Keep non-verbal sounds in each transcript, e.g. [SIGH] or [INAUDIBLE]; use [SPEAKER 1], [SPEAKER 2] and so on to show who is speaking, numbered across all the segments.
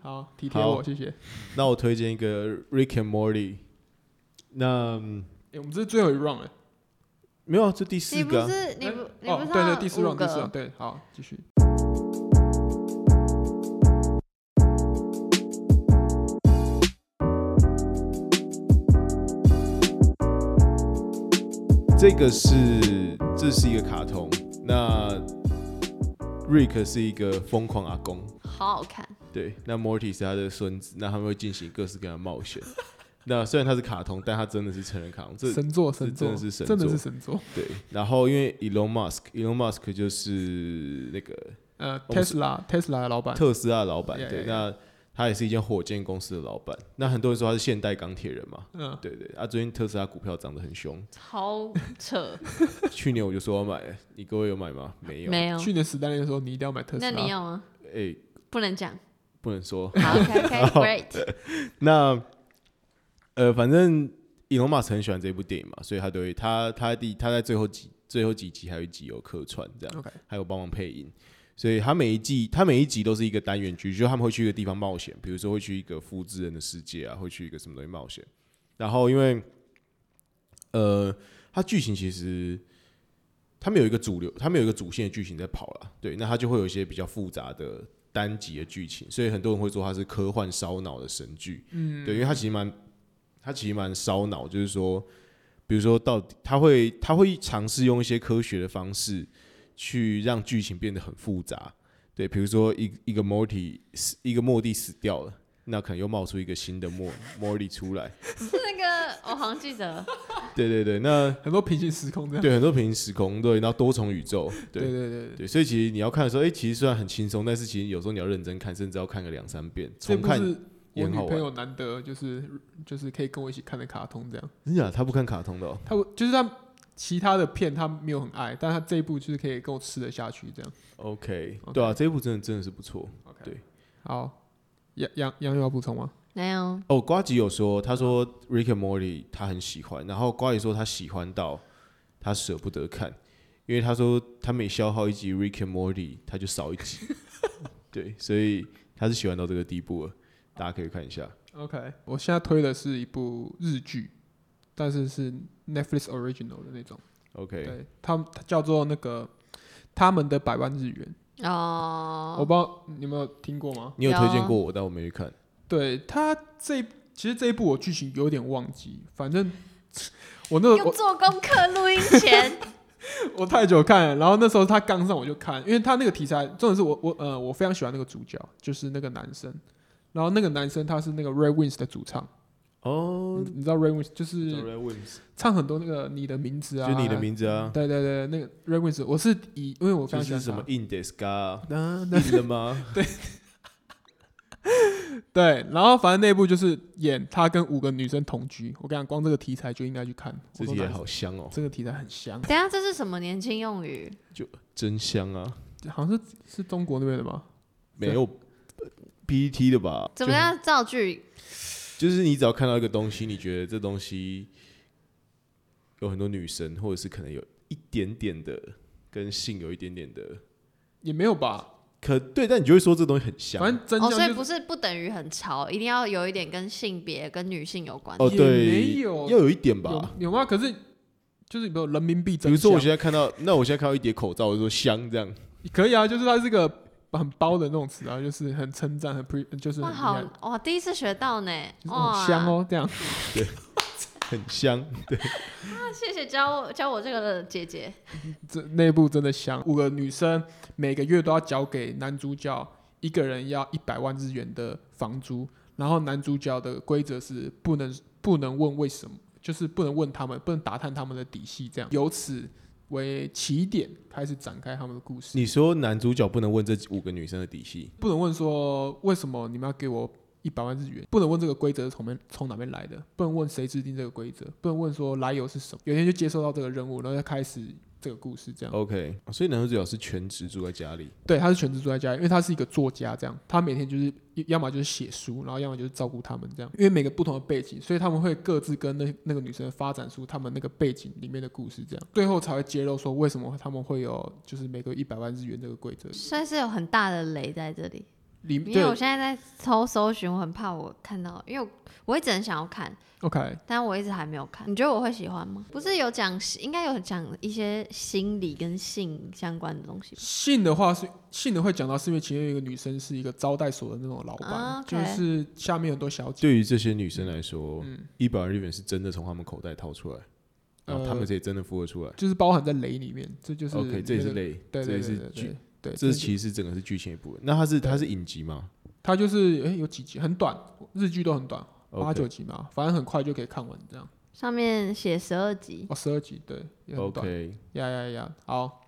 [SPEAKER 1] 好，体贴
[SPEAKER 2] 好
[SPEAKER 1] 我，谢谢。
[SPEAKER 2] 那我推荐一个 Rick and Morty，那嗯
[SPEAKER 1] 哎，我们这是最后一 round 哎，
[SPEAKER 2] 没有啊，这第
[SPEAKER 3] 你
[SPEAKER 2] 四
[SPEAKER 3] 不
[SPEAKER 2] 个啊、
[SPEAKER 3] 是你不你
[SPEAKER 1] 哦
[SPEAKER 3] 不是
[SPEAKER 1] 对对
[SPEAKER 3] 还有
[SPEAKER 1] 第四
[SPEAKER 3] 五
[SPEAKER 1] round 第四
[SPEAKER 3] 个
[SPEAKER 1] round 对，好，继续。
[SPEAKER 2] 这个是这是一个卡通，那 Rick 是一个疯狂阿公，
[SPEAKER 3] 好好看，
[SPEAKER 2] 对，那 Morty 是他的孙子，那他们会进行各式各样的冒险。 [LAUGHS] 那虽然它是卡通，但它真的是成人卡通，这
[SPEAKER 1] 神作，
[SPEAKER 2] 这
[SPEAKER 1] 神作，
[SPEAKER 2] 真的是神
[SPEAKER 1] 真的
[SPEAKER 2] 作
[SPEAKER 1] 是神作。
[SPEAKER 2] 对。然后因为 Elon Musk，Elon Musk 就是那个
[SPEAKER 1] 呃
[SPEAKER 2] 我们是
[SPEAKER 1] ，Tesla Tesla 的老板，
[SPEAKER 2] 特斯拉的老板
[SPEAKER 1] 啊 Yeah,
[SPEAKER 2] 对
[SPEAKER 1] yeah,
[SPEAKER 2] 那他也是一间火箭公司的老板。那很多人说他是现代钢铁人嘛，
[SPEAKER 1] 嗯，
[SPEAKER 2] 对对。啊，最近特斯拉股票涨得很凶，
[SPEAKER 3] 超扯，
[SPEAKER 2] 去年我就说要买了，你各位有买吗？没有，
[SPEAKER 3] [LAUGHS] 没有。
[SPEAKER 1] [LAUGHS] 去年啊史丹利的时候，你一定要买特斯
[SPEAKER 3] 那你
[SPEAKER 1] 拉。
[SPEAKER 3] 要吗？
[SPEAKER 2] 哎、
[SPEAKER 3] 不能 [LAUGHS] 讲。
[SPEAKER 2] 不能说。
[SPEAKER 3] 好，OK，OK，Great。 [LAUGHS]
[SPEAKER 2] [LAUGHS] 那呃，反正伊隆马斯很喜欢这部电影嘛，所以他都会他他第他在最后几最后几集还有一集有客串这样，
[SPEAKER 1] OK，
[SPEAKER 2] 还有帮忙配音。所以他每一季，他每一集都是一个单元剧，就是他们会去一个地方冒险，比如说会去一个复制人的世界啊，会去一个什么东西冒险。然后因为，呃，它剧情其实他们有一个主流，他们有一个主线的剧情在跑啦，对，那它就会有一些比较复杂的单集的剧情，所以很多人会说它是科幻烧脑的神剧，嗯，对，因为它其实蛮，它其实蛮烧脑，就是说，比如说到底他会他会尝试用一些科学的方式去让剧情变得很复杂，对，比如说一一个 Morty 死一个莫蒂死掉了。那可能又冒出一个新的莫莫蒂出来，
[SPEAKER 3] 是那个，我好像记得，
[SPEAKER 2] 对对对，那
[SPEAKER 1] 很多平行时空这样。
[SPEAKER 2] 对很多平行时空，对，然后多重宇宙，
[SPEAKER 1] 对对对对，
[SPEAKER 2] 对，所以其实你要看的时候，哎、其实虽然很轻松，但是其实有时候你要认真看，甚至要看个两三遍，
[SPEAKER 1] 这
[SPEAKER 2] 重
[SPEAKER 1] 部
[SPEAKER 2] 看。啊
[SPEAKER 1] 是我
[SPEAKER 2] 也很
[SPEAKER 1] 女
[SPEAKER 2] 好玩
[SPEAKER 1] 朋友难得就是就是可以跟我一起看的卡通这样。
[SPEAKER 2] 真假的？他不看卡通的、哦，
[SPEAKER 1] 她会就是她其他的片她没有很爱，但她这一部就是可以跟我吃得下去这样。
[SPEAKER 2] OK，,
[SPEAKER 1] OK
[SPEAKER 2] 对啊，这一部真的真的是不错。
[SPEAKER 1] OK，
[SPEAKER 2] 对，
[SPEAKER 1] 好，杨杨杨有要补充吗？
[SPEAKER 3] 没有，
[SPEAKER 2] 哦，瓜吉有说，他说 Rick and Morty 他很喜欢，然后瓜吉说他喜欢到他舍不得看，因为他说他每消耗一集 Rick and Morty 他就少一
[SPEAKER 1] [LAUGHS]
[SPEAKER 2] 集，对，所以他是喜欢到这个地步了，大家可以看一下。
[SPEAKER 1] OK，我现在推的是一部日剧，但是是 Netflix original 的那种。
[SPEAKER 2] OK，
[SPEAKER 1] 对，他们它叫做那个他们的百万日元，我
[SPEAKER 3] 哦，
[SPEAKER 1] 不知道你有没有听过吗？
[SPEAKER 2] 你有
[SPEAKER 3] 有
[SPEAKER 2] 推荐过我，但我没去看。
[SPEAKER 1] 对他这其实这一部我剧情有点忘记，反正 [LAUGHS] 我那
[SPEAKER 3] 用
[SPEAKER 1] 我
[SPEAKER 3] 做功课录音前， [LAUGHS]
[SPEAKER 1] 我太久看了，然后那时候他刚上我就看，因为他那个题材重点是我我呃我非常喜欢那个主角，就是那个男生，然后那个男生他是那个 Red Wings 的主唱，
[SPEAKER 2] 哦
[SPEAKER 1] 你，你知道 Red Wings 就是
[SPEAKER 2] 是
[SPEAKER 1] 唱很多那个你的名字啊，
[SPEAKER 2] 就你的名字嗯啊。
[SPEAKER 1] 对对对，那个 Red Wings 我是以因为我非
[SPEAKER 2] 就
[SPEAKER 1] 常喜
[SPEAKER 2] 是
[SPEAKER 1] 欢
[SPEAKER 2] 什
[SPEAKER 1] 他
[SPEAKER 2] 么 in this car，硬的
[SPEAKER 1] [LAUGHS]
[SPEAKER 2] 吗？
[SPEAKER 1] 对，然后反正那一部就是演他跟五个女生同居。我跟你讲，光这个题材就应该去看。
[SPEAKER 2] 这
[SPEAKER 1] 我
[SPEAKER 2] 题
[SPEAKER 1] 说
[SPEAKER 2] 也
[SPEAKER 1] 哪
[SPEAKER 2] 好香哦，
[SPEAKER 1] 这个题材很香，
[SPEAKER 3] 等一下这是什么年轻用语？
[SPEAKER 2] 真香啊！
[SPEAKER 1] 好像是是中国那边的吗？
[SPEAKER 2] 没有 PET 的吧？
[SPEAKER 3] 怎么样造句？
[SPEAKER 2] 就是你只要看到一个东西，你觉得这东西有很多女神，或者是可能有一点点的跟性有一点点的，
[SPEAKER 1] 也没有吧，
[SPEAKER 2] 可对，但你就会说这东西很香。
[SPEAKER 1] 反正真
[SPEAKER 3] 哦，
[SPEAKER 1] 相
[SPEAKER 3] 所以
[SPEAKER 1] 就是、
[SPEAKER 3] 不是不等于很潮，一定要有一点跟性别、跟女性有关。
[SPEAKER 2] 哦，
[SPEAKER 1] 也
[SPEAKER 2] 对，
[SPEAKER 1] 没有
[SPEAKER 2] 要有一点
[SPEAKER 1] 有
[SPEAKER 2] 吧。
[SPEAKER 1] 有吗？可是就是有没有人民币
[SPEAKER 2] 比
[SPEAKER 1] 真
[SPEAKER 2] 如
[SPEAKER 1] 相？
[SPEAKER 2] 说我现在看到，那我现在看到一叠口罩，我就说香这样。
[SPEAKER 1] 可以啊，就是它是个很包的那种词啊，就是很称赞，很 pre，就是
[SPEAKER 3] 哇，
[SPEAKER 1] 很厉
[SPEAKER 3] 好
[SPEAKER 1] 害，
[SPEAKER 3] 哇，第一次学到呢，
[SPEAKER 1] 就是
[SPEAKER 3] 哇，
[SPEAKER 1] 很香，哦，这样。
[SPEAKER 2] 很香，
[SPEAKER 3] 谢谢教我教我这个的姐姐。
[SPEAKER 1] 这内部真的香，五个女生每个月都要交给男主角一个人要一百万日元的房租，然后男主角的规则是不能不能问为什么，就是不能问他们，不能打探他们的底细，这样由此为起点开始展开他们的故事。
[SPEAKER 2] 你说男主角不能问这五个女生的底细，
[SPEAKER 1] 不能问说为什么你们要给我一百万日元，不能问这个规则是从哪从哪边来的，不能问谁制定这个规则，不能问说来由是什么。有一天就接收到这个任务，然后再开始这个故事这样。
[SPEAKER 2] OK，所以男主角是全职住在家里。
[SPEAKER 1] 对，他是全职住在家里，因为他是一个作家，这样他每天就是要么就是写书，然后要么就是照顾他们这样。因为每个不同的背景，所以他们会各自跟那那个女生发展出他们那个背景里面的故事，这样最后才会揭露说为什么他们会有就是每个一百万日元这个规则。
[SPEAKER 3] 算是有很大的雷在这里，
[SPEAKER 1] 里
[SPEAKER 3] 因为我
[SPEAKER 1] 对
[SPEAKER 3] 现在在搜搜寻，我很怕我看到，因为我我一直很想要看，
[SPEAKER 1] ，OK，
[SPEAKER 3] 但我一直还没有看。你觉得我会喜欢吗？不是有讲，应该有讲一些心理跟性相关的东西吧。
[SPEAKER 1] 性的话是性的会讲到，是因为其中有一个女生是一个招待所的那种老板，
[SPEAKER 3] 啊，OK
[SPEAKER 1] 就是下面有很多小姐，
[SPEAKER 2] 对于这些女生来说，一百日元是真的从她们口袋掏出来，然后她们
[SPEAKER 1] 呃
[SPEAKER 2] 这也真的付得出来。
[SPEAKER 1] 就是包含在雷里面，这就是
[SPEAKER 2] OK，这也是
[SPEAKER 1] 那个，
[SPEAKER 2] 累，
[SPEAKER 1] 对
[SPEAKER 2] 这
[SPEAKER 1] 对
[SPEAKER 2] 也
[SPEAKER 1] 对
[SPEAKER 2] 是
[SPEAKER 1] 对
[SPEAKER 2] 剧
[SPEAKER 1] 对，对，
[SPEAKER 2] 这
[SPEAKER 1] 就
[SPEAKER 2] 其实整个是剧情一部分。那它是它是影集嘛？
[SPEAKER 1] 它就是诶有几集很短，日剧都很短，八
[SPEAKER 2] OK
[SPEAKER 1] 九集嘛，反正很快就可以看完这样。
[SPEAKER 3] 上面写十二集，
[SPEAKER 1] 哦，十二集对，也很短。
[SPEAKER 2] OK，
[SPEAKER 1] 呀呀呀，好，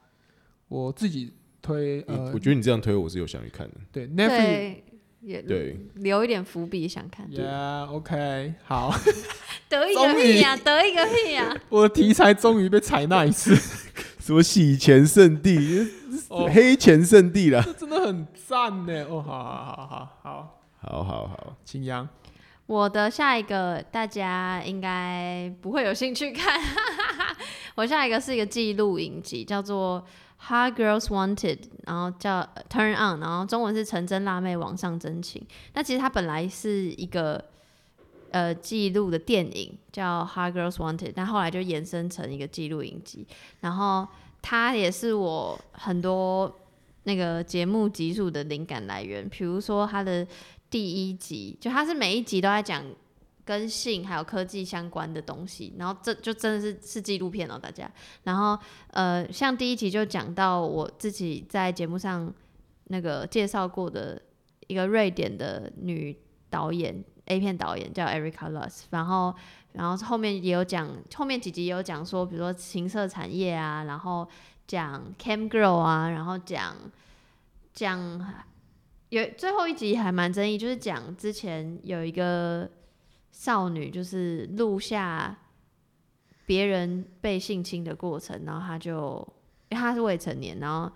[SPEAKER 1] 我自己推
[SPEAKER 2] 嗯
[SPEAKER 1] 呃
[SPEAKER 2] 我，觉得你这样推我是有想去看的。 [LAUGHS]
[SPEAKER 1] 对 Netflix。
[SPEAKER 3] 对，也
[SPEAKER 2] 对，
[SPEAKER 3] 留一点伏笔想看。
[SPEAKER 1] Yeah, OK，好， [LAUGHS]
[SPEAKER 3] 得一个
[SPEAKER 1] 终于
[SPEAKER 3] 屁呀、得一个屁呀、
[SPEAKER 1] 我的题材终于被采纳一
[SPEAKER 2] [LAUGHS]
[SPEAKER 1] 次，
[SPEAKER 2] 什么洗钱圣
[SPEAKER 1] [LAUGHS]
[SPEAKER 2] 地、
[SPEAKER 1] 哦
[SPEAKER 2] 黑钱圣地啦？
[SPEAKER 1] 这真的很赞呢。哦，好好好好好，
[SPEAKER 2] 好好好，
[SPEAKER 1] 秦阳，
[SPEAKER 3] 我的下一个大家应该不会有兴趣看，我下一个是一个记录影集，叫做《Hot Girls Wanted》，然后叫呃 Turn On，然后中文是《成真辣妹网上真情》。那其实它本来是一个呃记录的电影，叫《Hot Girls Wanted》，但后来就延伸成一个记录影集。然后它也是我很多那个节目集数的灵感来源，比如说它的第一集，就它是每一集都在讲跟性还有科技相关的东西，然后这就真的是是纪录片哦，大家。然后呃，像第一集就讲到我自己在节目上那个介绍过的一个瑞典的女导演。A 片导演叫 Erica Lust，然后，然后后面也有讲，后面几集也有讲说，比如说情色产业啊，然后讲 Cam Girl 啊，然后讲讲有最后一集还蛮争议，就是讲之前有一个少女就是录下别人被性侵的过程，然后她就因为她是未成年，然后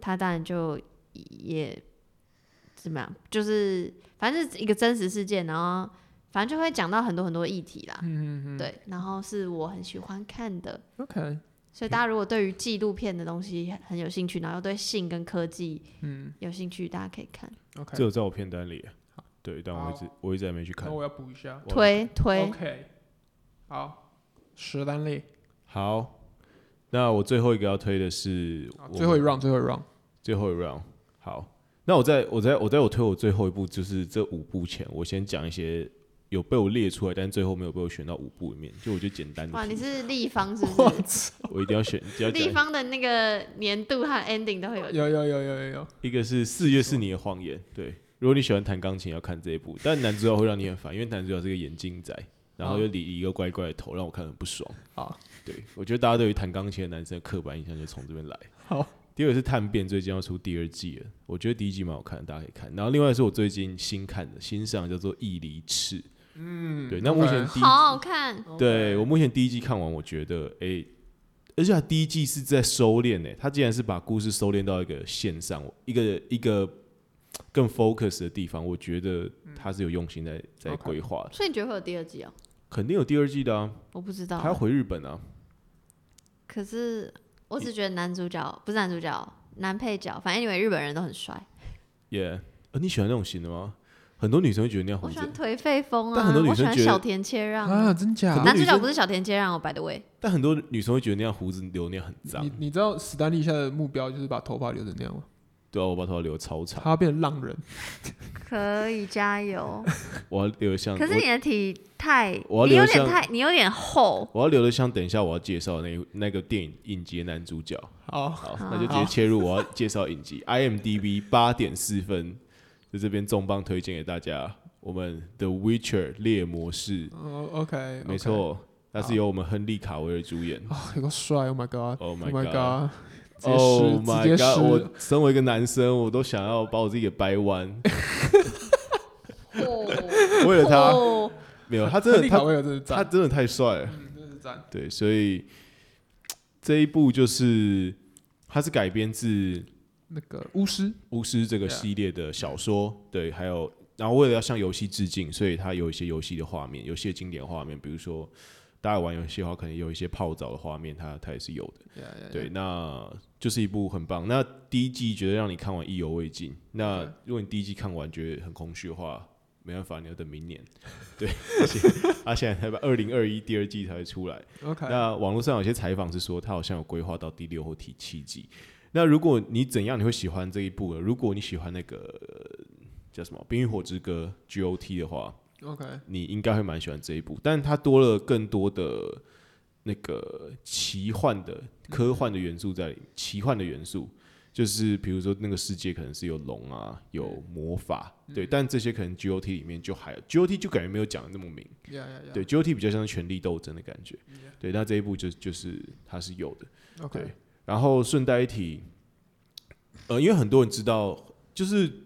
[SPEAKER 3] 她当然就也怎么样，就是反正是一个真实事件，然后反正就会讲到很多很多议题啦，
[SPEAKER 1] 嗯嗯嗯
[SPEAKER 3] 对，然后是我很喜欢看的。
[SPEAKER 1] ，OK，
[SPEAKER 3] 所以大家如果对于纪录片的东西很有兴趣，然后又对性跟科技
[SPEAKER 1] 嗯
[SPEAKER 3] 有兴趣，大家可以看。
[SPEAKER 1] ，OK，
[SPEAKER 2] 这有在我片单里。对，但我一直我一直还没去看
[SPEAKER 1] 那。我要补一下
[SPEAKER 2] 我
[SPEAKER 3] 推推，
[SPEAKER 1] ，OK，好，史丹利，
[SPEAKER 2] 好，那我最后一个要推的是
[SPEAKER 1] 好
[SPEAKER 2] 我
[SPEAKER 1] 最后一 round，最后一 round，
[SPEAKER 2] 最后一 round。好，那我在我在我在我推我最后一部，就是这五部前，我先讲一些有被我列出来，但最后没有被我选到五部里面，就我就简单的。
[SPEAKER 3] 哇，你是立方是
[SPEAKER 1] [LAUGHS] 我
[SPEAKER 3] 不是？
[SPEAKER 2] [LAUGHS] 我一定要选，一定要
[SPEAKER 3] [LAUGHS] 立
[SPEAKER 2] 讲。
[SPEAKER 3] 方的那个年度和 ending 都会有。
[SPEAKER 1] 有有有有有有，
[SPEAKER 2] 一个是《四月是你的谎言》，对，如果你喜欢弹钢琴，要看这一部，但男主角会让你很烦，因为男主角是个眼睛仔，然
[SPEAKER 3] 哦
[SPEAKER 2] 后又理一个怪怪的头，让我看得很不爽。
[SPEAKER 1] 好，
[SPEAKER 2] 对我觉得大家对于弹钢琴的男生的刻板印象就从这边来。
[SPEAKER 1] 好，
[SPEAKER 2] 第二个是《探变》，最近要出第二季了，我觉得第一季蛮好看的，大家可以看。然后另外是我最近新看的，新上的叫做《义离翅》，
[SPEAKER 1] 嗯
[SPEAKER 2] 对，那目前第一
[SPEAKER 3] 好好看，
[SPEAKER 2] 对我目前第一季看完，我觉得诶，而且他第一季是在收敛诶，他竟然是把故事收敛到一个线上，一个一个更 focus 的地方，我觉得
[SPEAKER 3] 嗯
[SPEAKER 2] 他是有用心在在
[SPEAKER 1] OK
[SPEAKER 2] 规划的，
[SPEAKER 3] 所以你觉得会有第二季哦？
[SPEAKER 2] 肯定有第二季的啊，
[SPEAKER 3] 我不知道
[SPEAKER 2] 他要
[SPEAKER 3] 啊，
[SPEAKER 2] 回日本啊，
[SPEAKER 3] 可是我只觉得男主角不是男主角，男配角，反正因为日本人都很帅，
[SPEAKER 2] 耶、呃你喜欢那种型的吗？很多女生会觉得那样
[SPEAKER 3] 我
[SPEAKER 2] 很
[SPEAKER 3] 喜
[SPEAKER 2] 正
[SPEAKER 3] 欢颓废风
[SPEAKER 2] 但
[SPEAKER 3] 啊
[SPEAKER 2] 很多，女
[SPEAKER 3] 我喜
[SPEAKER 2] 生
[SPEAKER 3] 欢
[SPEAKER 2] 觉得
[SPEAKER 3] 小田切让
[SPEAKER 1] 啊，
[SPEAKER 3] 啊。
[SPEAKER 1] 真假
[SPEAKER 2] 很？多
[SPEAKER 3] 男
[SPEAKER 2] 女
[SPEAKER 3] 主角
[SPEAKER 2] 生
[SPEAKER 3] 不是小田切让哦，by the way，
[SPEAKER 2] 但很多女生会觉得那样胡子留那样很脏
[SPEAKER 1] 你，你知道史丹利现在的目标就是把头发留成那样吗？
[SPEAKER 2] 对啊，我把头发留超长，
[SPEAKER 1] 他要变成浪人，
[SPEAKER 3] 可以加油。
[SPEAKER 2] 我要留像，
[SPEAKER 3] 可是
[SPEAKER 2] 嗯我
[SPEAKER 3] 你的体态，
[SPEAKER 2] 我要
[SPEAKER 3] 你有
[SPEAKER 2] 留
[SPEAKER 3] 点
[SPEAKER 2] 向
[SPEAKER 3] 太，你有点厚。
[SPEAKER 2] 我要留的像等一下我要介绍的那一那个电影影集的男主角。
[SPEAKER 1] 好，
[SPEAKER 2] 好，
[SPEAKER 3] 好
[SPEAKER 2] 那就直接切入我要介绍影
[SPEAKER 1] [LAUGHS]
[SPEAKER 2] 集，IMDB 八点四分，在这边重磅推荐给大家。我们的《Witcher》猎魔士，
[SPEAKER 1] 哦，OK，
[SPEAKER 2] 没，错，它是由我们亨利卡维尔主演。
[SPEAKER 1] 啊，有个帅，Oh my God，Oh
[SPEAKER 2] Oh my
[SPEAKER 1] my God，直接
[SPEAKER 2] Oh
[SPEAKER 1] 湿，直
[SPEAKER 2] my
[SPEAKER 1] 接
[SPEAKER 2] god！
[SPEAKER 1] 湿
[SPEAKER 2] 我，身为一个男生，我都想要把我自己给掰
[SPEAKER 1] [LAUGHS]
[SPEAKER 2] 弯。为了他，
[SPEAKER 3] 哦，
[SPEAKER 2] 没有他真
[SPEAKER 1] 亨
[SPEAKER 2] 的
[SPEAKER 1] 利卡
[SPEAKER 2] 他
[SPEAKER 1] 维尔真的
[SPEAKER 2] 他
[SPEAKER 1] 赞，
[SPEAKER 2] 真的太帅了。
[SPEAKER 1] 嗯，真的是赞，
[SPEAKER 2] 对，所以这一部就是它是改编自
[SPEAKER 1] 那个巫师，
[SPEAKER 2] 巫师这个
[SPEAKER 1] Yeah
[SPEAKER 2] 系列的小说，对，还有然后为了要向游戏致敬，所以它有一些游戏的画面，有一些经典画面，比如说大家玩游戏的话，可能有一些泡澡的画面，它它也是有的。
[SPEAKER 1] Yeah, yeah, yeah.
[SPEAKER 2] 对，那就是一部很棒。那第一季觉得让你看完意犹未尽，那如果你第一季看完觉得很空虚的话，没办法，你要等明年。对， [LAUGHS] 而且他现在才二零二一第二季才会出来。
[SPEAKER 1] ，OK，
[SPEAKER 2] 那网络上有些采访是说，他好像有规划到第六或第七季。那如果你怎样你会喜欢这一部呢？如果你喜欢那个呃叫什么《冰与火之歌》GOT 的话，
[SPEAKER 1] OK，
[SPEAKER 2] 你应该会蛮喜欢这一部，但它多了更多的那个奇幻的、科幻的元素在里面。奇幻的元素就是比如说那个世界可能是有龙啊，有魔法，对，但这些可能 GOT 里面就还有 GOT 就感觉没有讲的那么明。
[SPEAKER 1] yeah yeah yeah，
[SPEAKER 2] 对，GOT 比较像是权力斗争的感觉。对，那这一部就就是它是有的。
[SPEAKER 1] ，OK，
[SPEAKER 2] 对然后顺带一提，呃，因为很多人知道，就是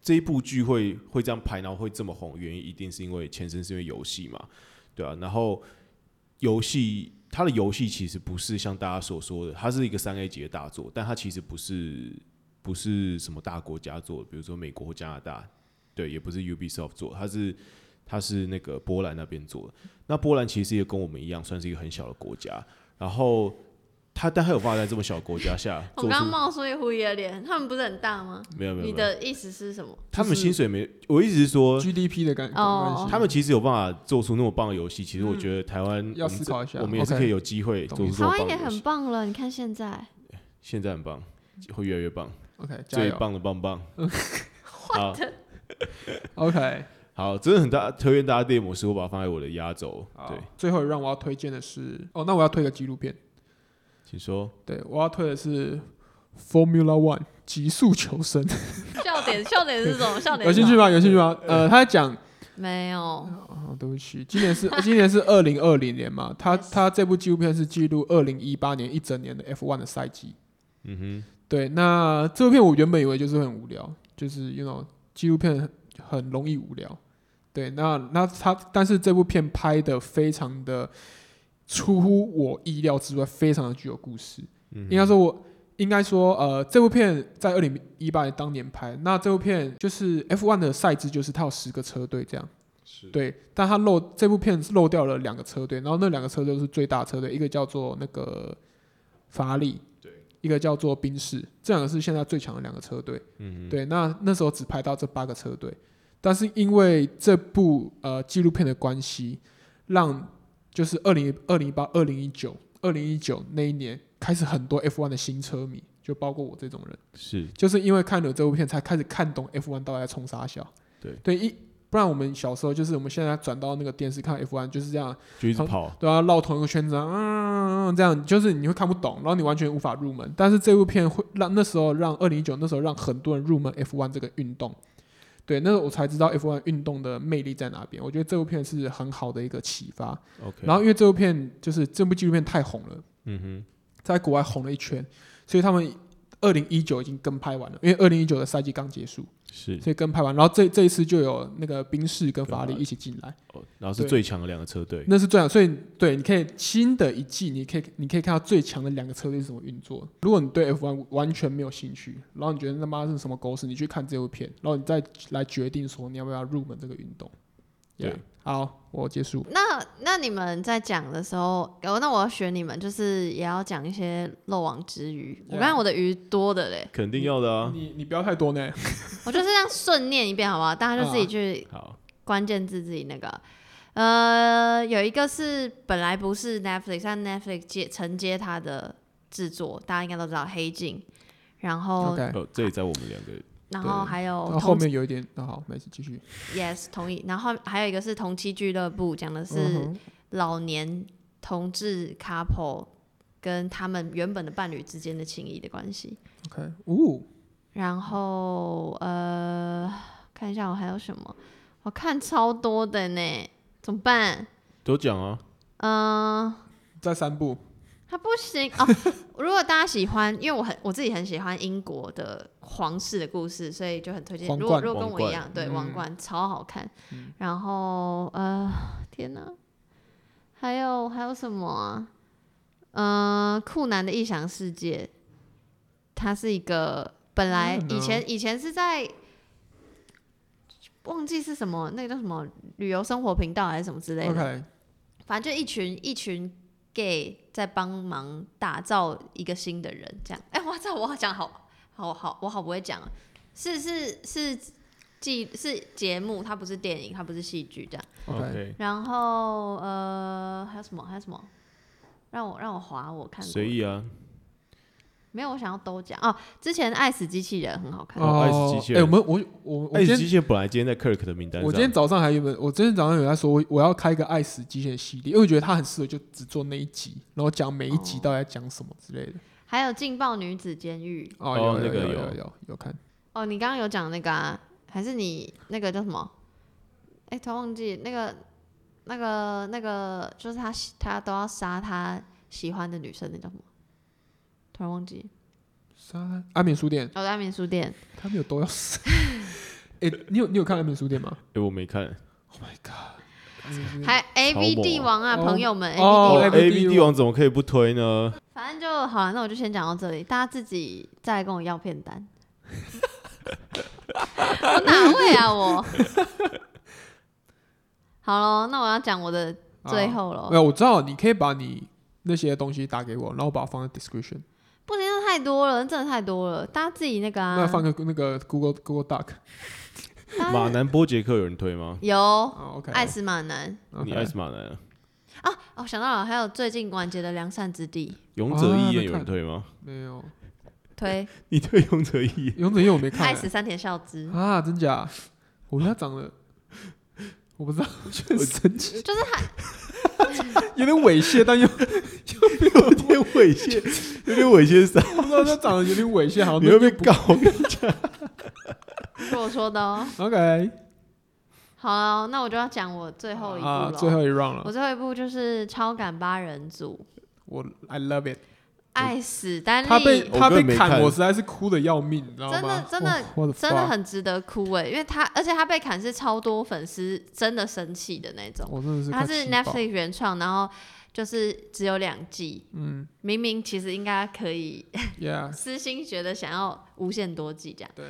[SPEAKER 2] 这一部剧会会这样拍，然后会这么红，原因一定是因为前身是因为游戏嘛，对啊，然后游戏它的游戏其实不是像大家所说的，它是一个三 A 级的大作，但它其实不是不是什么大国家做的，比如说美国或加拿大，对，也不是 Ubisoft 做的，它是。它是那个波兰那边做的，那波兰其实也跟我们一样，算是一个很小的国家。然后他，但他有办法在这么小的国家下
[SPEAKER 3] 我
[SPEAKER 2] 做
[SPEAKER 3] 刚
[SPEAKER 2] 出
[SPEAKER 3] 刚冒出一个狐疑的脸，他们不是很大吗？
[SPEAKER 2] 没有没有，
[SPEAKER 3] 你
[SPEAKER 2] 没有
[SPEAKER 3] 的意思是什么？
[SPEAKER 2] 他们薪水没，我一直是说，
[SPEAKER 1] GDP 的感
[SPEAKER 3] 哦
[SPEAKER 1] 关系，
[SPEAKER 2] 他们其实有办法做出那么棒的游戏。其实我觉得台湾
[SPEAKER 1] 嗯要
[SPEAKER 2] 我们
[SPEAKER 1] 思
[SPEAKER 2] 这
[SPEAKER 1] 考一下
[SPEAKER 2] 我们也是
[SPEAKER 1] OK
[SPEAKER 2] 可以有机会做出这么
[SPEAKER 3] 台
[SPEAKER 2] 棒
[SPEAKER 3] 湾
[SPEAKER 2] 的
[SPEAKER 3] 也
[SPEAKER 2] 游
[SPEAKER 3] 很
[SPEAKER 2] 戏。
[SPEAKER 3] 棒了，你看现 [LAUGHS] 在
[SPEAKER 2] 现在很棒，会越来越棒，
[SPEAKER 1] OK 加
[SPEAKER 2] 最
[SPEAKER 1] 油
[SPEAKER 2] 棒的棒棒。好
[SPEAKER 1] ，OK，
[SPEAKER 2] 好，真的很大，推荐大家电影模式，我把它放在我的压轴。
[SPEAKER 1] 好
[SPEAKER 2] 对，，
[SPEAKER 1] 最后让我要推荐的是，哦，那我要推个纪录片，
[SPEAKER 2] 请说。
[SPEAKER 1] 对我要推的是 Formula One 极速求生，
[SPEAKER 3] 笑点笑点是什么？笑点
[SPEAKER 1] 有
[SPEAKER 3] 是
[SPEAKER 1] 兴
[SPEAKER 3] 什
[SPEAKER 1] 趣
[SPEAKER 2] 啊
[SPEAKER 3] 么？
[SPEAKER 1] 吗？有兴趣吗？呃，他在讲
[SPEAKER 3] 没有，
[SPEAKER 1] 哦，对不起，今年是今年是二零二零年嘛，
[SPEAKER 2] [LAUGHS]
[SPEAKER 1] 他
[SPEAKER 3] Yes
[SPEAKER 1] 他这部纪录片是记录二零一八年一整年的 F1 的赛季。
[SPEAKER 2] 嗯
[SPEAKER 1] 对，那这部片我原本以为就是很无聊，就是，you know，纪录片很很容易无聊。对，那那他但是这部片拍的非常的出乎我意料之外，非常的具有故事。
[SPEAKER 2] 嗯哼
[SPEAKER 1] 应该说我应该说，呃，这部片在二零一八年当年拍，那这部片就是 F1 的赛制，就是它有十个车队这样。
[SPEAKER 2] 哼，
[SPEAKER 1] 对，但他漏这部片是漏掉了两个车队，然后那两个车队是最大车队，一个叫做那个法拉利，
[SPEAKER 2] 对，
[SPEAKER 1] 一个叫做宾士，这两个是现在最强的两个车队。
[SPEAKER 2] 嗯哼，
[SPEAKER 1] 对，那那时候只拍到这八个车队，但是因为这部呃纪录片的关系，让就是二零二零一八、二零一九、二零一九那一年开始很多 F1 的新车迷，就包括我这种人。
[SPEAKER 2] 是
[SPEAKER 1] 就是因为看了这部片，才开始看懂 F1 到底在冲啥小。
[SPEAKER 2] 对
[SPEAKER 1] 对，一不然我们小时候就是我们现在转到那个电视看 F1 就是这样，
[SPEAKER 2] 就一直
[SPEAKER 1] 好
[SPEAKER 2] 跑，
[SPEAKER 1] 都要绕同一个圈子啊，嗯，这样就是你会看不懂，然后你完全无法入门。但是这部片会让那时候让二零一九那时候让很多人入门 F1 这个运动。对，那时候我才知道 F1 运动的魅力在哪边。我觉得这部片是很好的一个启发。
[SPEAKER 2] OK，
[SPEAKER 1] 然后因为这部片就是这部纪录片太红了，
[SPEAKER 2] 嗯哼，
[SPEAKER 1] 在国外红了一圈，所以他们二零一九已经跟拍完了，因为二零一九的赛季刚结束，
[SPEAKER 2] 是
[SPEAKER 1] 所以跟拍完，然后这这一次就有那个宾士跟法拉利一起进来，
[SPEAKER 2] 哦，然后是
[SPEAKER 1] 对
[SPEAKER 2] 最强的两个车队，
[SPEAKER 1] 那是最好，所以对，你可以新的一季，你可以你可以看到最强的两个车队是怎么运作。如果你对 F1 完全没有兴趣，然后你觉得他妈是什么狗屎，你去看这部片，然后你再来决定说你要不要入门这个运动。
[SPEAKER 2] 对
[SPEAKER 1] Yeah，好，我结束。
[SPEAKER 3] 那那你们在讲的时候，哦，那我要学你们，就是也要讲一些漏网之鱼。我
[SPEAKER 2] 啊
[SPEAKER 1] Yeah
[SPEAKER 3] 看我的鱼多的嘞，
[SPEAKER 2] 肯定要的啊。
[SPEAKER 1] 你你不要太多呢。
[SPEAKER 3] 我就是这样顺念一遍，好不好？大家就自己去
[SPEAKER 1] 嗯
[SPEAKER 2] 好，
[SPEAKER 3] 关键字自己那个。呃，有一个是本来不是 Netflix，但 Netflix 接承接它的制作，大家应该都知道《黑镜》，然
[SPEAKER 1] [LAUGHS]
[SPEAKER 3] 后
[SPEAKER 1] OK，
[SPEAKER 2] 哦，这也在我们两个
[SPEAKER 3] 然后还有
[SPEAKER 1] 那后
[SPEAKER 3] 同
[SPEAKER 1] 面有一点，那好，没事，继续。
[SPEAKER 3] Yes 同意，然后还有一个是同期俱乐部，讲的
[SPEAKER 1] 嗯
[SPEAKER 3] 是
[SPEAKER 1] 哼
[SPEAKER 3] 老年同志 couple 跟他们原本的伴侣之间的情谊的关系。
[SPEAKER 1] OK，呜、
[SPEAKER 3] 然后呃，看一下我还有什么，我看超多的呢，怎么办？
[SPEAKER 2] 都讲啊。
[SPEAKER 3] 嗯、
[SPEAKER 1] 再三部，
[SPEAKER 3] 他不行哦。如果大家喜欢，因为我很我自己很喜欢英国的皇室的故事，所以就很推荐。
[SPEAKER 1] 皇
[SPEAKER 3] 如果
[SPEAKER 1] 冠
[SPEAKER 3] 如果跟
[SPEAKER 2] 皇
[SPEAKER 3] 我
[SPEAKER 2] 冠
[SPEAKER 3] 一样，对
[SPEAKER 1] 嗯
[SPEAKER 3] 王冠、超好看。然后呃，天哪，还有还有什么啊？呃，酷男的异想世界，它是一个本来
[SPEAKER 1] I don't know
[SPEAKER 3] 以前以前是在忘记是什么那个叫什么旅游生活频道还是什么之类的。
[SPEAKER 1] OK，
[SPEAKER 3] 反正就一群一群 gay 在帮忙打造一个新的人，这样。哎、我操，我好讲好好好，我好不会讲啊，是是是记是节目，它不是电影，它不是戏剧这样。
[SPEAKER 1] OK，
[SPEAKER 2] OK，
[SPEAKER 3] 然后呃，还有什么？还有什么？让我让我划我看过
[SPEAKER 2] 随意啊，
[SPEAKER 3] 没有，我想要都讲哦。之前《爱死机器人》很好看，
[SPEAKER 2] 哦爱死机器人
[SPEAKER 1] 哎，我们我我我
[SPEAKER 2] 爱
[SPEAKER 1] 今
[SPEAKER 2] 死
[SPEAKER 1] 天
[SPEAKER 2] 机器人本来今天在 Kirk 的名单上，
[SPEAKER 1] 我今天早上还有本，我今天早上有在说，我我要开一个爱死机械系列，因为我觉得它很适合就只做那一集，然后讲每一集
[SPEAKER 3] 哦
[SPEAKER 1] 到底在讲什么之类的。
[SPEAKER 3] 还有《劲爆女子监狱》
[SPEAKER 1] 哦，
[SPEAKER 2] 哦
[SPEAKER 1] 有
[SPEAKER 2] 那个
[SPEAKER 1] 有
[SPEAKER 2] 有
[SPEAKER 1] 有有有看，
[SPEAKER 3] 哦。你刚刚有讲那个啊？还是你那个叫什么？哎，突然忘记那个那个那个，就是他喜他都要杀他喜欢的女生，那叫什么？突然忘记。
[SPEAKER 1] 啥？安眠书店，
[SPEAKER 3] 哦，在安眠书店，
[SPEAKER 1] 他们有都要死。 [LAUGHS] 哎，你有你有看安眠书店吗
[SPEAKER 2] 哎我没看
[SPEAKER 1] ？Oh my god！安眠书店
[SPEAKER 3] 还 A
[SPEAKER 2] 超
[SPEAKER 3] V
[SPEAKER 2] 猛
[SPEAKER 3] 帝
[SPEAKER 2] 啊
[SPEAKER 3] 王啊，
[SPEAKER 1] 哦
[SPEAKER 3] 朋友们，A
[SPEAKER 1] 哦
[SPEAKER 3] V 帝王。
[SPEAKER 2] A B
[SPEAKER 1] AVD
[SPEAKER 2] 帝王怎么可以不推呢？
[SPEAKER 3] 反正就好，那我就先讲到这里，大家自己再来跟我要片单。我哪位啊
[SPEAKER 1] [LAUGHS]
[SPEAKER 3] 我？好喽，那我要讲我的最后
[SPEAKER 1] 没
[SPEAKER 3] 喽。
[SPEAKER 1] 有，我知道你可以把你那些东西打给我，然后我把它放在 description，
[SPEAKER 3] 不行，那太多了，真的太多了，大家自己那个
[SPEAKER 1] 那
[SPEAKER 3] 啊。
[SPEAKER 1] 放个那个 Google Google Doc。
[SPEAKER 3] 大
[SPEAKER 2] 马
[SPEAKER 3] 家
[SPEAKER 2] 南波杰克有人推吗？
[SPEAKER 3] 有
[SPEAKER 1] 哦，OK，
[SPEAKER 3] 爱死马男
[SPEAKER 2] 你爱死马南啊？
[SPEAKER 3] 啊！哦，想到了，还有最近完结的《良善之地
[SPEAKER 2] 勇者义
[SPEAKER 1] 啊没
[SPEAKER 2] 彦有人
[SPEAKER 1] 看
[SPEAKER 2] 推吗？》
[SPEAKER 1] 没有？
[SPEAKER 3] 推
[SPEAKER 2] 你推勇者义
[SPEAKER 1] [LAUGHS]
[SPEAKER 2] 彦？
[SPEAKER 1] 勇者夜我没 [LAUGHS]
[SPEAKER 3] 爱
[SPEAKER 1] 看欸
[SPEAKER 3] 死三田孝之，
[SPEAKER 1] 啊，真假？我觉得他长得，我不知道，我觉得很神奇，
[SPEAKER 3] 就是
[SPEAKER 1] 他 [LAUGHS] 有点猥亵，但又又
[SPEAKER 2] 有点猥亵，有点猥亵三，
[SPEAKER 1] 我不知道他长得有点猥亵，好像
[SPEAKER 2] [LAUGHS] 你会被
[SPEAKER 1] 又不
[SPEAKER 2] 告。我跟你讲
[SPEAKER 3] 是我说的哦。
[SPEAKER 1] OK，
[SPEAKER 3] 好了，那我就要讲我最后一部
[SPEAKER 1] 啊，
[SPEAKER 3] 了。
[SPEAKER 1] 最后一 round
[SPEAKER 3] 我
[SPEAKER 1] 了，
[SPEAKER 3] 最后一部就是《超感八人组》。
[SPEAKER 1] 我 I love it，
[SPEAKER 3] 爱死丹
[SPEAKER 1] 他被
[SPEAKER 3] 利，
[SPEAKER 2] 我
[SPEAKER 1] 他
[SPEAKER 2] 根本
[SPEAKER 1] 被
[SPEAKER 2] 没
[SPEAKER 1] 砍，
[SPEAKER 2] 看
[SPEAKER 1] 我实在是哭的要命，你知道
[SPEAKER 3] 真的
[SPEAKER 1] 吗？
[SPEAKER 3] 真的
[SPEAKER 1] 我的
[SPEAKER 3] 真的，很值得哭哎，因为他而且他被砍是超多粉丝真的生气的那种。
[SPEAKER 1] 我真的是
[SPEAKER 3] 他
[SPEAKER 1] 快
[SPEAKER 3] 是
[SPEAKER 1] 气爆
[SPEAKER 3] Netflix 原创，然后就是只有两季，嗯，明明其实应该可以
[SPEAKER 1] ，Yeah，
[SPEAKER 3] [LAUGHS] 私心觉得想要无限多季这样。
[SPEAKER 1] 对，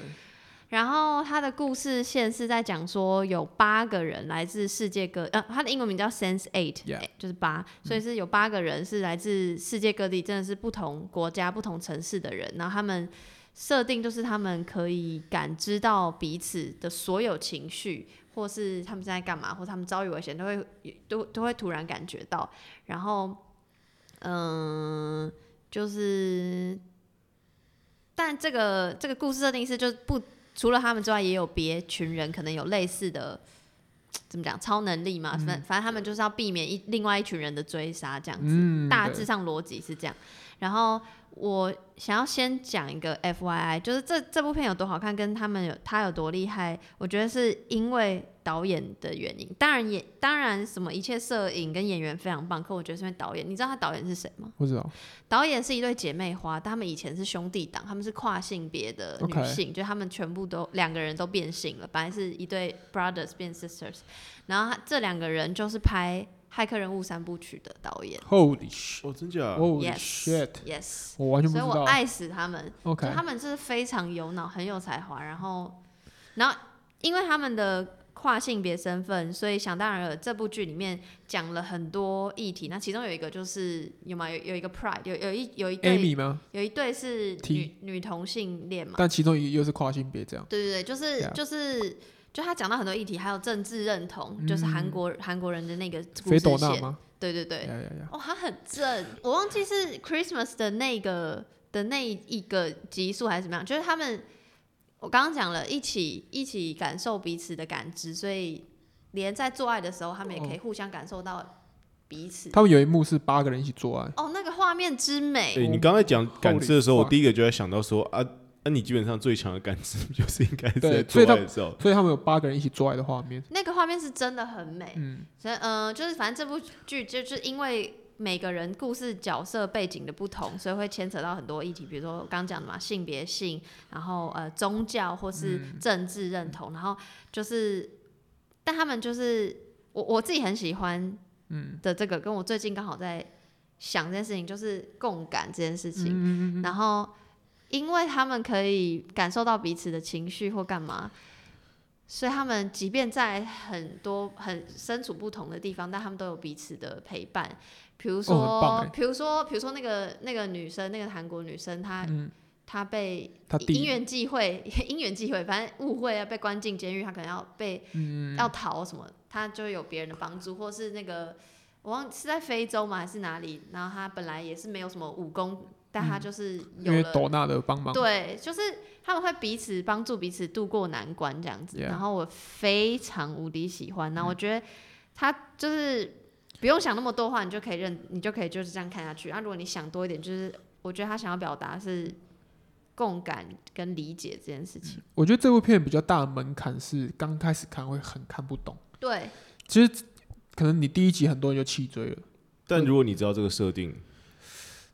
[SPEAKER 3] 然后他的故事线是在讲说，有八个人来自世界各，呃，他的英文名叫 Sense Eight，、
[SPEAKER 1] Yeah
[SPEAKER 3] 就是八，所以是有八个人是来自世界各地，真的是不同国家、不同城市的人。然后他们设定就是他们可以感知到彼此的所有情绪，或是他们现在干嘛，或他们遭遇危险，都会都都会突然感觉到。然后，嗯、就是。但这个这个故事设定是，就是不除了他们之外，也有别群人可能有类似的，怎么讲超能力嘛？反、反正他们就是要避免一另外一群人的追杀，这样子。
[SPEAKER 1] 嗯，
[SPEAKER 3] 大
[SPEAKER 1] 对
[SPEAKER 3] 致上逻辑是这样。然后我想要先讲一个 F Y I，就是这这部片有多好看，跟他们有他有多厉害，我觉得是因为导演的原因。当然也当然什么一切摄影跟演员非常棒，可我觉得是因为导演。你知道他导演是谁吗？
[SPEAKER 1] 不知道，
[SPEAKER 3] 导演是一对姐妹花，但他们以前是兄弟党，他们是跨性别的女
[SPEAKER 1] OK
[SPEAKER 3] 性就他们全部都两个人都变性了，本来是一对 brothers 变 sisters，然后他这两个人就是拍《骇客人物》三部曲的导演。
[SPEAKER 1] Holy shit，
[SPEAKER 2] 哦，真假？
[SPEAKER 1] Holy
[SPEAKER 3] Yes，Yes，
[SPEAKER 1] shit，我完全不
[SPEAKER 3] 所
[SPEAKER 1] 知
[SPEAKER 3] 以我
[SPEAKER 1] 道
[SPEAKER 3] 爱死他们。
[SPEAKER 1] ，OK，
[SPEAKER 3] 就他们是非常有脑，很有才华，然后，然后因为他们的跨性别身份，所以想当然了，这部剧里面讲了很多议题。那其中有一个就是有嘛有有一个 pride，有有一有一对
[SPEAKER 1] Amy 吗？
[SPEAKER 3] 有一对是
[SPEAKER 1] T
[SPEAKER 3] 女女同性恋嘛，
[SPEAKER 1] 但其中一个又是跨性别这样。
[SPEAKER 3] 对对对，就是
[SPEAKER 1] Yeah
[SPEAKER 3] 就是。就他讲到很多议题，还有政治认同，就是韩国韩国人的那个故
[SPEAKER 1] 菲
[SPEAKER 3] 事
[SPEAKER 1] 朵娜
[SPEAKER 3] 线，
[SPEAKER 1] 吗？
[SPEAKER 3] 对对对
[SPEAKER 1] 呀，呀呀！
[SPEAKER 3] 哦，他很正，我忘记是 Christmas 的那个的那一个集数还是怎么样，就是他们，我刚刚讲了，一起一起感受彼此的感知，所以连在做爱的时候，他们也可以互相感受到彼此。
[SPEAKER 1] 他们有一幕是八个人一起做爱，
[SPEAKER 3] 哦，那个画面之
[SPEAKER 2] 对
[SPEAKER 3] 美，
[SPEAKER 2] 哎你刚才讲感知的时候，我
[SPEAKER 1] Holy fuck
[SPEAKER 2] 第一个就在想到说啊，那、你基本上最强的感知就是应该是在
[SPEAKER 1] 对
[SPEAKER 2] 做
[SPEAKER 1] 所以他
[SPEAKER 2] 爱的时候。
[SPEAKER 1] 所以他们有八个人一起做爱的画面。
[SPEAKER 3] 那个画面是真的很美。
[SPEAKER 1] 嗯，
[SPEAKER 3] 所以，嗯，就是反正这部剧就是因为每个人故事角色背景的不同，所以会牵扯到很多议题，比如说我刚讲的嘛，性别性，然后呃宗教或是政治认同，然后就是，但他们就是我我自己很喜欢，嗯的这个，跟我最近刚好在想这件事情，就是共感这件事情，
[SPEAKER 1] 嗯
[SPEAKER 3] 然后。因为他们可以感受到彼此的情绪或干嘛，所以他们即便在很多很身处不同的地方，但他们都有彼此的陪伴。比如
[SPEAKER 1] 哦很棒
[SPEAKER 3] 说
[SPEAKER 1] 欸，
[SPEAKER 3] 比、如说，比如说那个那个女生，那个韩国女生，她、
[SPEAKER 1] 嗯
[SPEAKER 3] 她被
[SPEAKER 1] 他
[SPEAKER 3] 因
[SPEAKER 1] 弟
[SPEAKER 3] 缘际会， [LAUGHS] 因缘际会，反正误会啊，被关进监狱，她可能要被、
[SPEAKER 1] 嗯
[SPEAKER 3] 要逃什么，她就有别人的帮助，或是那个我忘是在非洲吗还是哪里？然后她本来也是没有什么武功，但她就是
[SPEAKER 1] 嗯因
[SPEAKER 3] 有
[SPEAKER 1] 为
[SPEAKER 3] 了
[SPEAKER 1] 斗娜的帮忙，
[SPEAKER 3] 对，就是他们会彼此帮助彼此渡过难关这样子。
[SPEAKER 1] Yeah 嗯
[SPEAKER 3] 然后我非常无敌喜欢，然后我觉得他就是不用想那么多话，你就可以认，你就可以就是这样看下去。那、啊如果你想多一点，就是我觉得他想要表达是共感跟理解这件事情。
[SPEAKER 1] 我觉得这部片比较大的门槛是刚开始看会很看不懂，
[SPEAKER 3] 对，
[SPEAKER 1] 其实可能你第一集很多人就弃追了，
[SPEAKER 2] 但如果你知道这个设定，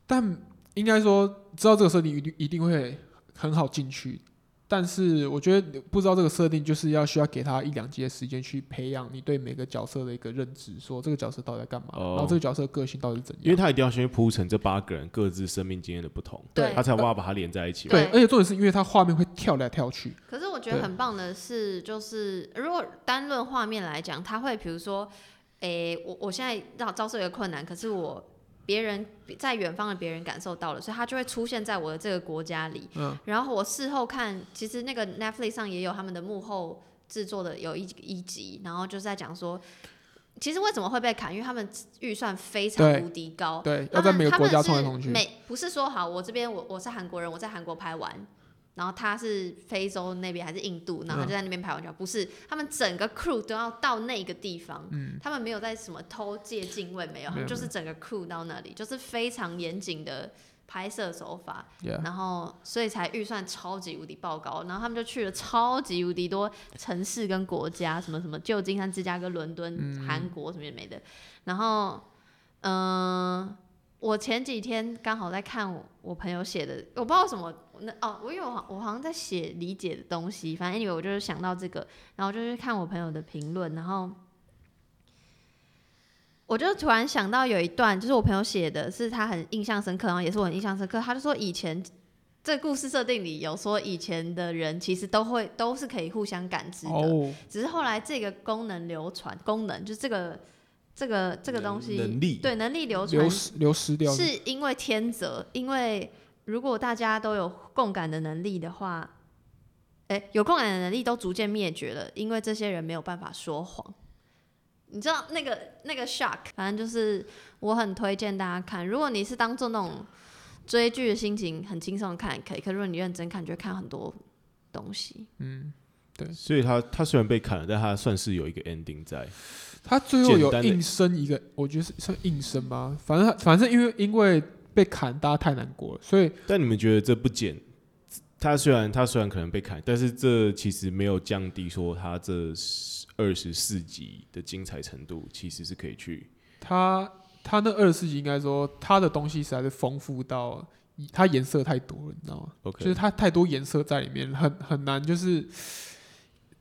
[SPEAKER 1] 但应该说知道这个设定一定一定会很好进去。但是我觉得不知道这个设定，就是要需要给他一两集的时间去培养你对每个角色的一个认知，说这个角色到底在干嘛
[SPEAKER 2] 哦
[SPEAKER 1] 然后这个角色的个性到底是怎样。
[SPEAKER 2] 因为他一定要先铺成这八个人各自生命经验的不同，
[SPEAKER 3] 对
[SPEAKER 2] 他才有办法把它连在一起。
[SPEAKER 1] 对，
[SPEAKER 3] 对
[SPEAKER 1] 而且重点是因为它画面会跳来跳去，
[SPEAKER 3] 可是我觉得
[SPEAKER 1] 对
[SPEAKER 3] 很棒的是，就是如果单论画面来讲，他会比如说，诶、我我现在遭遭受一个困难，可是我别人在远方的别人感受到了，所以他就会出现在我的这个国家里。
[SPEAKER 1] 嗯，
[SPEAKER 3] 然后我事后看，其实那个 Netflix 上也有他们的幕后制作的有一一集，然后就是在讲说，其实为什么会被砍，因为他们预算非常
[SPEAKER 1] 对
[SPEAKER 3] 无敌高，
[SPEAKER 1] 对，
[SPEAKER 3] 他
[SPEAKER 1] 要在
[SPEAKER 3] 们
[SPEAKER 1] 每个
[SPEAKER 3] 哦他
[SPEAKER 1] 国
[SPEAKER 3] 们
[SPEAKER 1] 家冲来
[SPEAKER 3] 是
[SPEAKER 1] 冲去，
[SPEAKER 3] 每不是说好，我这边我我是韩国人，我在韩国拍完，然后他是非洲那边还是印度，然后他就
[SPEAKER 1] 嗯
[SPEAKER 3] 在那边拍完就好、不是，他们整个 crew 都要到那个地方，他们没有在什么偷借镜位没有，
[SPEAKER 1] 嗯
[SPEAKER 3] 他
[SPEAKER 1] 没有
[SPEAKER 3] 们就是整个 crew 到那里，就是非常严谨的拍摄手法。
[SPEAKER 1] Yeah
[SPEAKER 3] 然后所以才预算超级无敌爆高，然后他们就去了超级无敌多城市跟国家，什么什么旧金山、芝加哥、伦敦、
[SPEAKER 1] 嗯
[SPEAKER 3] 韩国什么也没的。然后，嗯、我前几天刚好在看我我朋友写的，我不知道为什么那哦，我因为我好我好像在写理解的东西，反正 anyway 我就是想到这个，然后就去看我朋友的评论，然后。我就突然想到有一段，就是我朋友写的，是他很印象深刻，然后也是我很印象深刻。他就说以前这故事设定里有说，以前的人其实都会都是可以互相感知的，
[SPEAKER 1] 哦，
[SPEAKER 3] 只是后来这个功能流传，功能就是这个这个这个东西
[SPEAKER 2] 能力
[SPEAKER 3] 对能力流传
[SPEAKER 1] 流失流失掉
[SPEAKER 3] 是因为天择，因为如果大家都有共感的能力的话，哎、有共感的能力都逐渐灭绝了，因为这些人没有办法说谎。你知道那个那个 shock，反正就是我很推荐大家看。如果你是当做那种追剧的心情很轻松地看也可以，可是如果你认真看，你就会看很多东西。
[SPEAKER 1] 嗯
[SPEAKER 2] 所以他他虽然被砍了，但他算是有一个 ending 在。
[SPEAKER 1] 他最后有
[SPEAKER 2] 简单的
[SPEAKER 1] 应声一个，我觉得是算应声吗？反正他反正因为因为被砍，大家太难过了，所以
[SPEAKER 2] 但你们觉得这不减？他虽然他虽然可能被砍，但是这其实没有降低说他这二十四集的精彩程度，其实是可以去。
[SPEAKER 1] 他他那二十四集应该说他的东西实在是丰富到他颜色太多了，你知道吗？就
[SPEAKER 2] OK，
[SPEAKER 1] 是它太多颜色在里面，很很难，就是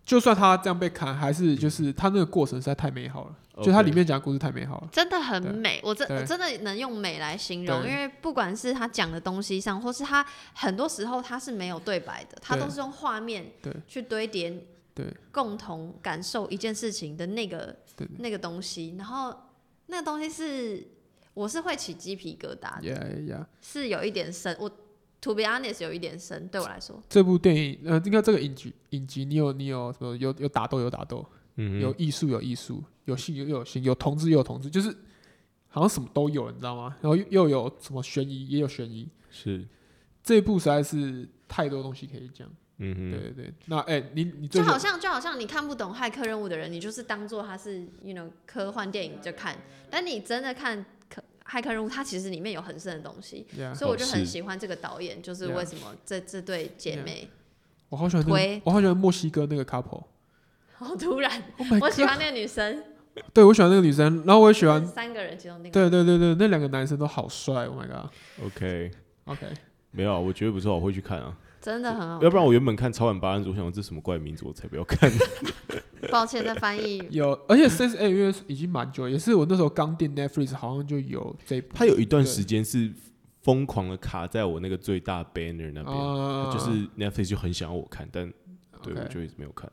[SPEAKER 1] 就算他这样被砍，还是就是他那个过程实在太美好了，就它
[SPEAKER 2] OK
[SPEAKER 1] 里面讲的故事太美好了。
[SPEAKER 3] 真的很
[SPEAKER 1] 对
[SPEAKER 3] 美，我真
[SPEAKER 1] 对
[SPEAKER 3] 我真的能用美来形容，
[SPEAKER 1] 对
[SPEAKER 3] 因为不管是他讲的东西上，或是他很多时候他是没有对白的，他
[SPEAKER 1] 对
[SPEAKER 3] 都是用画面
[SPEAKER 1] 对
[SPEAKER 3] 去堆叠，
[SPEAKER 1] 对，
[SPEAKER 3] 共同感受一件事情的那个
[SPEAKER 1] 对
[SPEAKER 3] 那个东西，然后那个东西是我是会起鸡皮疙瘩的，
[SPEAKER 1] 呀呀呀！
[SPEAKER 3] 是有一点深，我 to be honest 有一点深，对我来说，
[SPEAKER 1] 这部电影，呃，应该这个影集，影集你有你有什么？有有打斗有打斗，
[SPEAKER 2] 嗯
[SPEAKER 1] 有
[SPEAKER 2] 哼，
[SPEAKER 1] 艺术有艺术，有性有有性，有同志又有同志，就是好像什么都有，你知道吗？然后又又有什么悬疑也有悬疑，
[SPEAKER 2] 是，
[SPEAKER 1] 这一部实在是太多东西可以讲。
[SPEAKER 2] 嗯哼，
[SPEAKER 1] 对对对，那哎、你你最
[SPEAKER 3] 就
[SPEAKER 1] 后
[SPEAKER 3] 好像就好像你看不懂骇客任务的人，你就是当做它是 you know 科幻电影就看，但你真的看可骇客任务，它其实里面有很深的东西，
[SPEAKER 1] Yeah，
[SPEAKER 3] 所以我就很
[SPEAKER 2] 是
[SPEAKER 3] 喜欢这个导演，就是
[SPEAKER 1] 对啊
[SPEAKER 3] 为什么这这对姐妹
[SPEAKER 1] 我好喜欢、那个
[SPEAKER 3] 推，
[SPEAKER 1] 我好喜欢墨西哥那个 couple。
[SPEAKER 3] 好突然，
[SPEAKER 1] Oh my
[SPEAKER 3] [LAUGHS] 我喜
[SPEAKER 1] god！
[SPEAKER 3] 欢那个女生，
[SPEAKER 1] 对我喜欢那个女生，然后我也喜欢。
[SPEAKER 3] 三个人其中那个，
[SPEAKER 1] 对对对对，那两个男生都好帅，Oh my god。
[SPEAKER 2] OK，
[SPEAKER 1] OK，。
[SPEAKER 2] 没有啊，我觉得不错，我会去看啊。
[SPEAKER 3] 真的很好
[SPEAKER 2] 要，不然我原本看《超版八案组》，我想说这什么怪名字，我才不要看。
[SPEAKER 3] 抱歉在翻译
[SPEAKER 1] 有，而且 C S A 因为已经蛮久了，也是我那时候刚订 Netflix，好像就有这部。
[SPEAKER 2] 他有一段时间是疯狂的卡在我那个最大 banner 那边，
[SPEAKER 1] 啊
[SPEAKER 2] 就是 Netflix 就很想要我看，但对
[SPEAKER 1] OK
[SPEAKER 2] 我就一直没有看。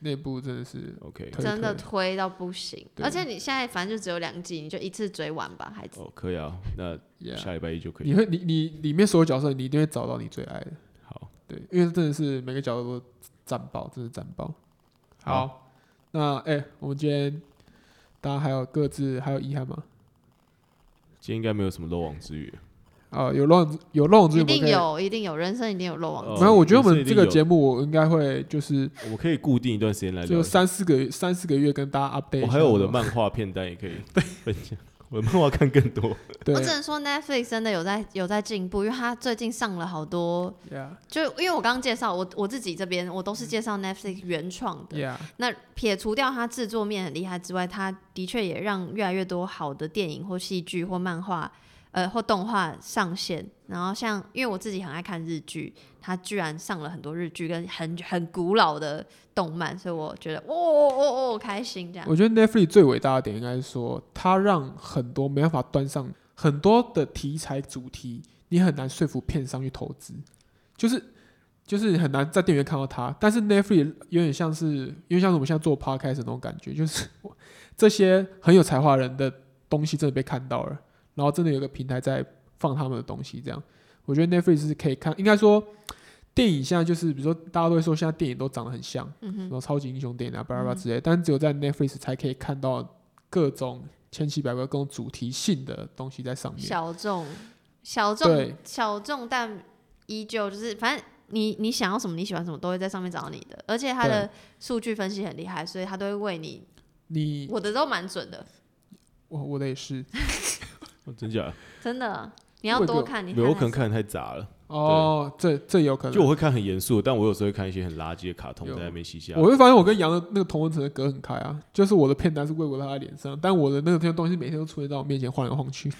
[SPEAKER 1] 那部真的是
[SPEAKER 2] OK，
[SPEAKER 1] 推
[SPEAKER 3] 真的推到不行。
[SPEAKER 2] 对
[SPEAKER 3] 而且你现在反正就只有两季，你就一次追完吧，孩子。
[SPEAKER 2] 哦，可以啊，那
[SPEAKER 1] yeah。
[SPEAKER 2] 下礼拜一就可以
[SPEAKER 1] 你。会你你里面所有角色，你一定会找到你最爱的。
[SPEAKER 2] 好，
[SPEAKER 1] 对，因为真的是每个角度都战爆，真的战爆。好，那哎、我们今天大家还有各自还有遗憾吗？
[SPEAKER 2] 今天应该没有什么漏网之鱼。
[SPEAKER 1] 啊，有漏有漏网之鱼，
[SPEAKER 3] 一
[SPEAKER 1] 我们
[SPEAKER 3] 定
[SPEAKER 1] 可以。
[SPEAKER 3] 有，一定有，人生一定有漏网之
[SPEAKER 2] 哦
[SPEAKER 1] 没有，我觉得我
[SPEAKER 2] 是
[SPEAKER 1] 们
[SPEAKER 2] 一
[SPEAKER 1] 这
[SPEAKER 2] 定
[SPEAKER 1] 个
[SPEAKER 2] 有
[SPEAKER 1] 节目我应该会就是
[SPEAKER 2] 我们可以固定一段时间来聊
[SPEAKER 1] 就
[SPEAKER 2] 一下。
[SPEAKER 1] 三四个月三四个月跟大家 update 一下。
[SPEAKER 2] 我、哦还有我的漫画片单也可以
[SPEAKER 1] [LAUGHS]
[SPEAKER 2] 分享，我的漫画看更多。
[SPEAKER 1] 对
[SPEAKER 3] 我只能说 Netflix 真的有在有在进步，因为它最近上了好多，
[SPEAKER 1] ，yeah
[SPEAKER 3] 就因为我刚刚介绍我我自己这边，我都是介绍 Netflix 原创的。
[SPEAKER 1] yeah
[SPEAKER 3] 那撇除掉它制作面很厉害之外，它的确也让越来越多好的电影或戏剧或漫画，呃或动画上线。然后像因为我自己很爱看日剧，它居然上了很多日剧跟很很古老的动漫，所以我觉得哦哦哦哦开心这样。
[SPEAKER 1] 我觉得 Netflix 最伟大的点应该是说，它让很多没办法端上很多的题材主题，你很难说服片商去投资，就是就是很难在电影院看到它。但是 Netflix 有点像是，因为像是我们现在做 podcast 的那种感觉，就是 [LAUGHS] 我这些很有才华的人的东西真的被看到了，然后真的有一个平台在放他们的东西，这样我觉得 Netflix 是可以看，应该说。电影现在就是，比如说大家都会说现在电影都长得很像，
[SPEAKER 3] 嗯
[SPEAKER 1] 然
[SPEAKER 3] 哼，
[SPEAKER 1] 后超级英雄电影啊，巴拉巴拉
[SPEAKER 3] 嗯
[SPEAKER 1] 之类的，但只有在 Netflix 才可以看到各种千奇百怪、各种主题性的东西在上面。
[SPEAKER 3] 小众小
[SPEAKER 1] 对
[SPEAKER 3] 众小众，但依旧就是反正。你你想要什么，你喜欢什么，都会在上面找到你的，而且它的数据分析很厉害，所以它都会为你，
[SPEAKER 1] 你
[SPEAKER 3] 我的都蛮准的，
[SPEAKER 1] 我我的也是
[SPEAKER 2] 哦真假的？
[SPEAKER 3] 真的，你要
[SPEAKER 1] 我
[SPEAKER 3] 多
[SPEAKER 1] 有
[SPEAKER 3] 看，你
[SPEAKER 2] 没有，我可能
[SPEAKER 3] 看
[SPEAKER 2] 看的太杂了。
[SPEAKER 1] 哦，这这有可能。
[SPEAKER 2] 就我会看很严肃的，但我有时候会看一些很垃圾的卡通
[SPEAKER 1] 有
[SPEAKER 2] 在那边嬉笑。
[SPEAKER 1] 我会发现我跟杨的那个同文层的隔很开啊，就是我的片单是喂过在他的脸上，但我的那个东西每天都出现在我面前晃来晃去。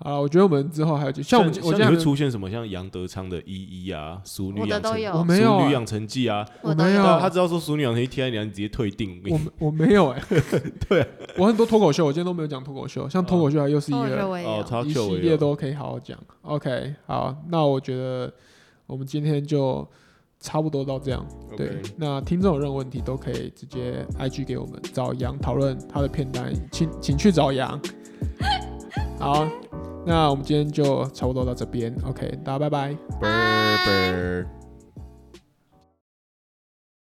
[SPEAKER 1] 好了，我觉得我们之后还有就像我们我现
[SPEAKER 2] 你
[SPEAKER 1] 在
[SPEAKER 2] 会
[SPEAKER 1] 没有
[SPEAKER 2] 出现什么像杨德昌的《一一》啊，《熟女
[SPEAKER 3] 我的
[SPEAKER 2] 养成
[SPEAKER 3] 都》有
[SPEAKER 1] 我没有
[SPEAKER 2] 熟
[SPEAKER 1] 啊
[SPEAKER 2] 女养成记》啊，
[SPEAKER 1] 我
[SPEAKER 3] 都
[SPEAKER 1] 没有
[SPEAKER 3] 有哦
[SPEAKER 2] 对啊他只要说《熟女养成记》贴在脸上，你直接退订。
[SPEAKER 1] 我没我没
[SPEAKER 2] [LAUGHS]
[SPEAKER 1] 有哎、对，
[SPEAKER 2] 啊
[SPEAKER 1] 我很多脱口秀，我今天都没有讲脱口秀，像脱口秀还又是一
[SPEAKER 3] 我觉
[SPEAKER 1] 个
[SPEAKER 3] 得我也
[SPEAKER 2] 哦
[SPEAKER 3] 有，，
[SPEAKER 2] 他
[SPEAKER 1] 啊一
[SPEAKER 2] 秀
[SPEAKER 1] 系
[SPEAKER 2] 也
[SPEAKER 1] 列
[SPEAKER 2] 有。
[SPEAKER 1] 都可以好好讲。OK，好，那我觉得我们今天就差不多到这样。对
[SPEAKER 2] OK，
[SPEAKER 1] 那听众有任何问题都可以直接 IG 给我们，找杨讨论他的片单，请请去找杨。 [LAUGHS] 好，那我们今天就差不多到这边。OK，大家拜拜。
[SPEAKER 2] 啵啵。